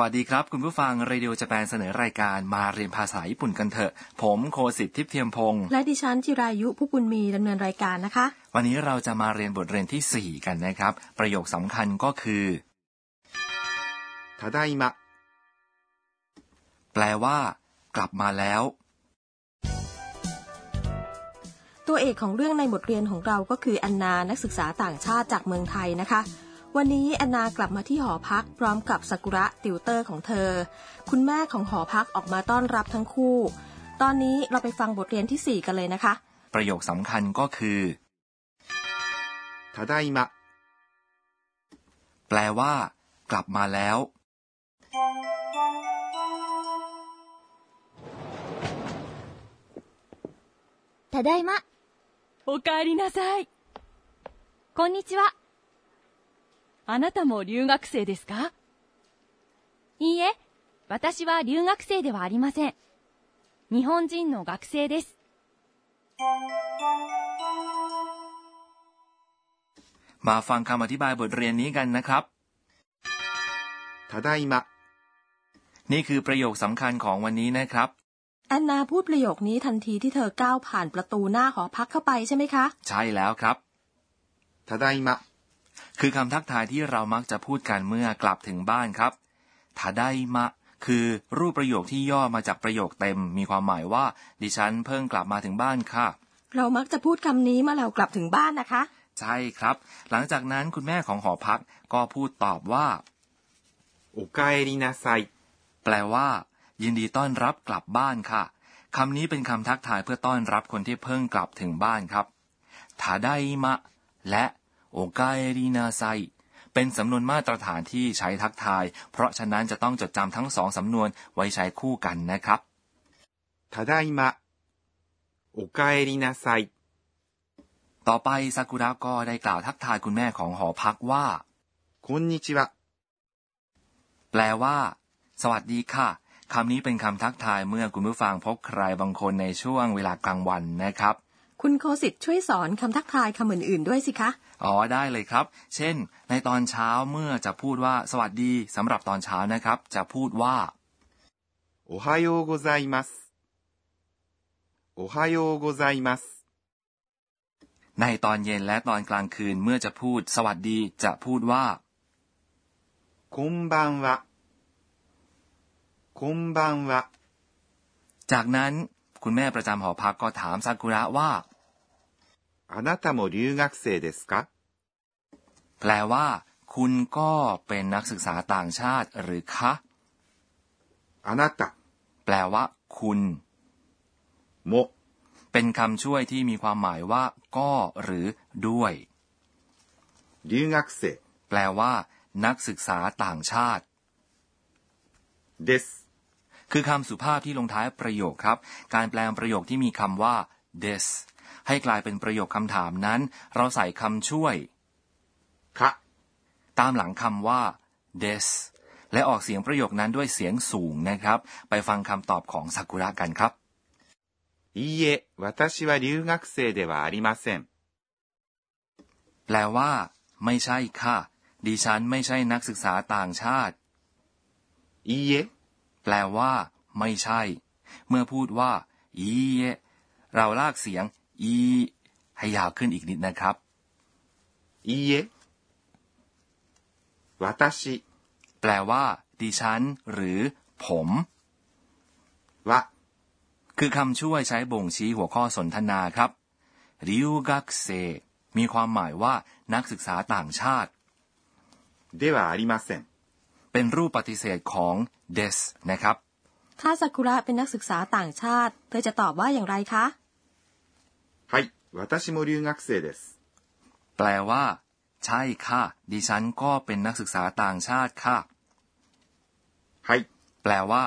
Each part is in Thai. วัสดีครับ คุณผู้ฟังเรดิโอจแปนเสนอรายการมาเรียนภาษาญี่ปุ่นกันเถอะ ผมโคสิทธิ์ทิพย์เทียมพงศ์ และดิฉันจิรายุผู้บุญมีดำเนินรายการนะคะ วันนี้เราจะมาเรียนบทเรียนที่ 4 กันนะครับ ประโยคสำคัญก็คือ ただいま、 แปลว่า กลับมาแล้ว ตัวเอกของเรื่องในบทเรียนของเราก็คือแอนนานักศึกษาต่างชาติจากเมืองไทยนะคะ วันนี้แอนนากลับมาที่หอพักพร้อมกับซากุระติวเตอร์ของเธอ คุณแม่ของหอพักออกมาต้อนรับทั้งคู่ ตอนนี้เราไปฟังบทเรียนทีสี่ 4 กันเลยนะคะ ประโยคสำคัญก็คือ ただいま、 แปลว่า กลับมาแล้ว ただいま。おかえりなさい。こんにちは。あなたも留学生ですかいいえ、私は留学生ではありません。日本人の学生です。 มาฟังคำอธิบายบทเรียนนี้กันนะครับ ただいま、 นี่คือประโยคสำคัญของวันนี้นะครับ แอนนาพูดประโยคนี้ทันทีที่เธอก้าวผ่านประตูหน้าหอพักเข้าไปใช่ไหมคะ ใช่แล้วครับ ただいま、 คือคำทักทายที่เรามักจะพูดกันเมื่อกลับถึงบ้านครับทาไดมะ คือรูปประโยคที่ย่อมาจากประโยคเต็ม มีความหมายว่า ดิฉันเพิ่งกลับมาถึงบ้านค่ะ เรามักจะพูดคำนี้เมื่อเรากลับถึงบ้านนะคะ ใช่ครับ หลังจากนั้นคุณแม่ของหอพักก็พูดตอบว่า おかえりなさい、 แปลว่า ยินดีต้อนรับกลับบ้านค่ะคำนี้เป็นคำทักทายเพื่อต้อนรับคนที่เพิ่งกลับถึงบ้านครับทาไดมะ และโอกาเอรินาไซเป็นสำนวนมาตรฐานที่ใช้ทักทาย เพราะฉะนั้นจะต้องจดจำทั้งสองสำนวนไว้ใช้คู่กันนะครับ ただいま、おかえりなさい、 ต่อไปซากุระก็ได้กล่าวทักทายคุณแม่ของหอพักว่า こんにちは、 แปลว่า สวัสดีค่ะคำนี้เป็นคำทักทายเมื่อคุณผู้ฟังพบใครบางคนในช่วงเวลากลางวันนะครับ คุณโคสิตช่วยสอนคำทักทายคำอื่นๆด้วยสิคะ อ๋อได้เลยครับ เช่น ในตอนเช้าเมื่อจะพูดว่าสวัสดีสำหรับตอนเช้านะครับ จะพูดว่า おはようございます。おはようございます。 ในตอนเย็นและตอนกลางคืนเมื่อจะพูด สวัสดีจะพูดว่า こんばんは。こんばんは。 จากนั้นคุณแม่ประจำหอพักก็ถามซากุระว่า あなたも留学生ですか แปลว่า คุณก็เป็นนักศึกษาต่างชาติหรือคะ あなた แปลว่า คุณ も เป็นคำช่วยที่มีความหมายว่า ก็ หรือ ด้วย 留学生 แปลว่า นักศึกษาต่างชาติ です。 คือคำสุภาพที่ลงท้ายประโยคครับ การแปลงประโยคที่มีคำว่า this ให้กลายเป็นประโยคคำถามนั้น เราใส่คำช่วย か、 ตามหลังคำว่า this และออกเสียงประโยคนั้นด้วยเสียงสูงนะครับ ไปฟังคำตอบของซากุระกันครับ いいえ、私は留学生ではありません。 แปลว่า ไม่ใช่ค่ะ ดิฉันไม่ใช่นักศึกษาต่างชาติ いいえ、 แปลว่า ไม่ใช่ เมื่อพูดว่า อีเยเราลากเสียง อีให้ยาวขึ้นอีกนิดนะครับ いいえ。私 แปลว่า ดิฉัน หรือ ผม は คือคำช่วยใช้บ่งชี้หัวข้อสนทนาครับ ริวกักเซมีความหมายว่า นักศึกษาต่างชาติ ではありません。 เป็นรูปปฏิเสธของ des นะครับ ถ้าซากุระเป็นนักศึกษาต่างชาติ เธอจะตอบว่าอย่างไรคะ はい、私も留学生です。 แปลว่า ใช่ค่ะ ดิฉันก็เป็นนักศึกษาต่างชาติค่ะ はい、 แปลว่า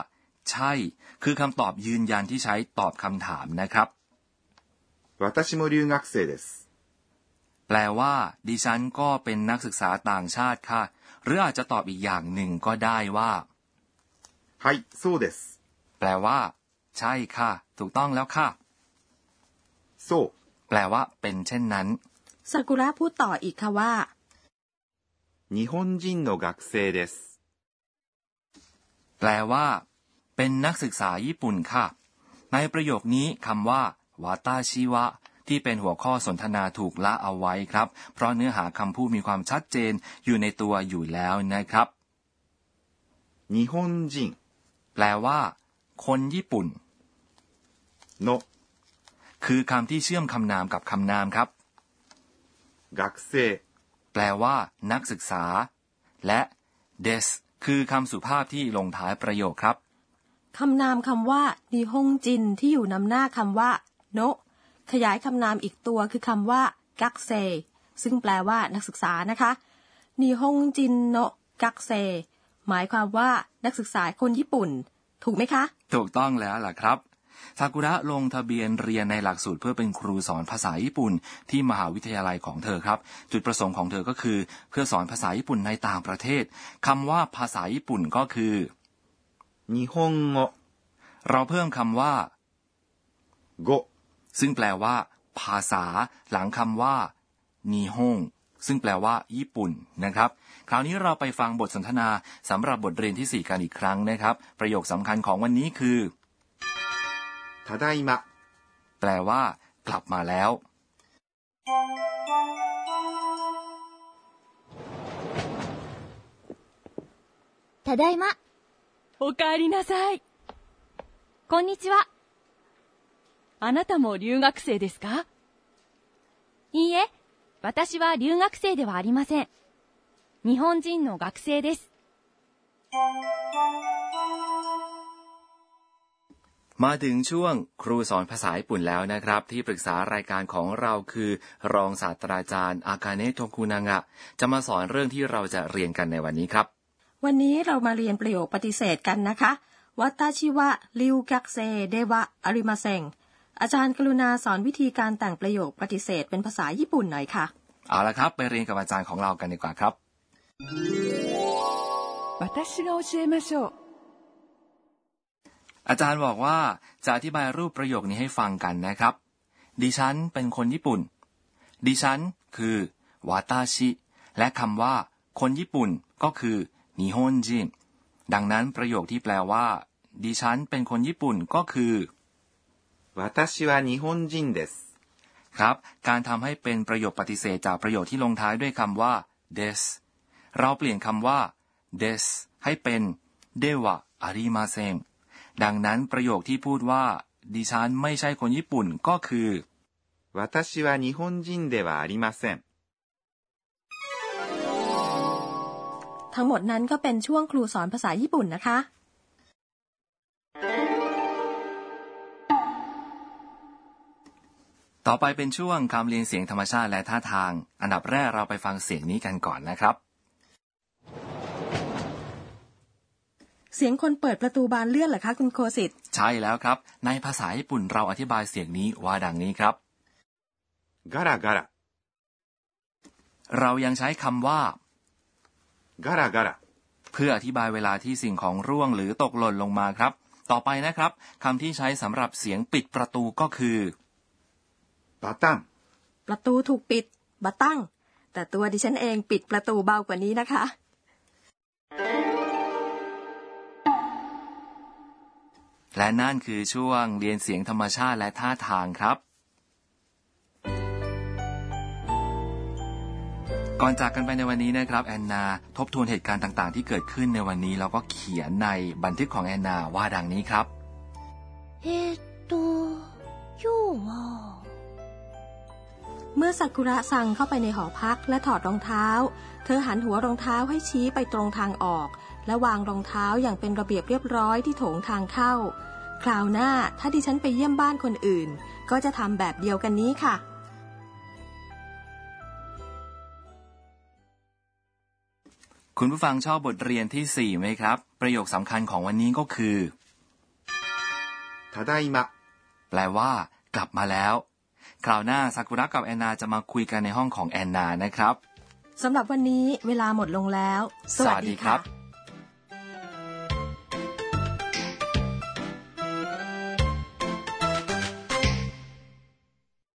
ใช่ คือคำตอบยืนยันที่ใช้ตอบคำถามนะครับ 私も留学生です。 แปลว่า ดิฉันก็เป็นนักศึกษาต่างชาติค่ะ หรืออาจจะตอบอีกอย่างหนึ่งก็ได้ว่า はい、そうです。 แปลว่า ใช่ค่ะ ถูกต้องแล้วค่ะ そう、 แปลว่า เป็นเช่นนั้น ซากุระพูดต่ออีกค่ะว่า 日本人の学生です。 แปลว่า เป็นนักศึกษาญี่ปุ่นค่ะ ในประโยคนี้คำว่าวัตาชิวะที่เป็นหัวข้อสนทนาถูกละเอาไว้ครับ เพราะเนื้อหาคำพูดมีความชัดเจนอยู่ในตัวอยู่แล้วนะครับ 日本人 แปลว่า คนญี่ปุ่น の คือคำที่เชื่อมคำนามกับคำนามครับ 学生 แปลว่า นักศึกษา และ des คือคำสุภาพที่ลงท้ายประโยคครับ คำนามคำว่านิฮงจินที่อยู่นำหน้าคำว่า โนะขยายคำนามอีกตัวคือคำว่า กักเซ ซึ่งแปลว่านักศึกษานะคะนิฮงจินโนะกักเซ หมายความว่านักศึกษาคนญี่ปุ่น ถูกไหมคะ ถูกต้องแล้วล่ะครับซากุระลงทะเบียนเรียนในหลักสูตรเพื่อเป็นครูสอนภาษาญี่ปุ่น ที่มหาวิทยาลัยของเธอครับ จุดประสงค์ของเธอก็คือ เพื่อสอนภาษาญี่ปุ่นในต่างประเทศคำว่าภาษาญี่ปุ่นก็คือ 日本語 เราเพิ่มคำว่า 語 ซึ่งแปลว่า ภาษา หลังคำว่านิฮงซึ่งแปลว่า ญี่ปุ่นนะครับ คราวนี้เราไปฟังบทสนทนาสำหรับบทเรียนที่ 4 กันอีกครั้งนะครับ ประโยคสำคัญของวันนี้คือ ただいま แปลว่า กลับมาแล้ว ただいま。おかえりなさい。こんにちは。あなたも留学生ですかいいえ、私は留学生ではありません。日本人の学生です。 มาถึงช่วงครูสอนภาษาญี่ปุ่นแล้วนะครับ ที่ปรึกษารายการของเราคือ รองศาสตราจารย์อากาเนะโทคุนางะ จะมาสอนเรื่องที่เราจะเรียนกันในวันนี้ครับ วันนี้เรามาเรียนประโยคปฏิเสธกันนะคะวัตาชิวะริวกักเซเดวะอาริมาเซงอาจารย์กรุณาสอนวิธีการแต่งประโยคปฏิเสธเป็นภาษาญี่ปุ่นหน่อยค่ะ เอาละครับ ไปเรียนกับอาจารย์ของเรากันดีกว่าครับ 私が教えましょう。 อาจารย์บอกว่าจะอธิบายรูปประโยคนี้ให้ฟังกันนะครับ ดิฉันเป็นคนญี่ปุ่น ดิฉันคือวาตาชิ และคำว่า คนญี่ปุ่นก็คือนิฮอนจินดังนั้นประโยคที่แปลว่า ดิฉันเป็นคนญี่ปุ่นก็คือ 私は日本人です ครับ การทำให้เป็นประโยคปฏิเสธจากประโยคที่ลงท้ายด้วยคำว่า des เราเปลี่ยนคำว่า des ให้เป็นเดวะอาริมาเซงดังนั้นประโยคที่พูดว่า ดิฉันไม่ใช่คนญี่ปุ่นก็คือ 私は日本人ではありません ทั้งหมดนั้นก็เป็นช่วงครูสอนภาษาญี่ปุ่นนะคะ ต่อไปเป็นช่วงคำเรียนเสียงธรรมชาติและท่าทาง อันดับแรกเราไปฟังเสียงนี้กันก่อนนะครับ เสียงคนเปิดประตูบานเลื่อนเหรอคะคุณโคสิต ใช่แล้วครับ ในภาษาญี่ปุ่นเราอธิบายเสียงนี้ว่าดังนี้ครับ ガラガラ เรายังใช้คำว่า ガラガラ เพื่ออธิบายเวลาที่สิ่งของร่วงหรือตกหล่นลงมาครับ ต่อไปนะครับคำที่ใช้สำหรับเสียงปิดประตูก็คือ バタン ประตูถูกปิดบะตั้ง แต่ตัวดิฉันเองปิดประตูเบากว่านี้นะคะ และนั่นคือช่วงเรียนเสียงธรรมชาติและท่าทางครับ ก่อนจากกันไปในวันนี้นะครับ แอนนา ทบทวนเหตุการณ์ต่างๆ ที่เกิดขึ้นในวันนี้ แล้วก็เขียนในบันทึกของแอนนาว่าดังนี้ครับ えっと、今日は、 เมื่อซากุระซังเข้าไปในหอพักและถอดรองเท้า เธอหันหัวรองเท้าให้ชี้ไปตรงทางออก และวางรองเท้าอย่างเป็นระเบียบเรียบร้อยที่โถงทางเข้า คราวหน้าถ้าดิฉันไปเยี่ยมบ้านคนอื่น ก็จะทำแบบเดียวกันนี้ค่ะ คุณผู้ฟังชอบบทเรียนที่ 4 ไหมครับ ประโยคสำคัญของวันนี้ก็คือ ただいま แปลว่า กลับมาแล้ว คราวหน้าซากุระกับแอนนาจะมาคุยกันในห้องของแอนนานะครับ สำหรับวันนี้เวลาหมดลงแล้ว สวัสดีครับ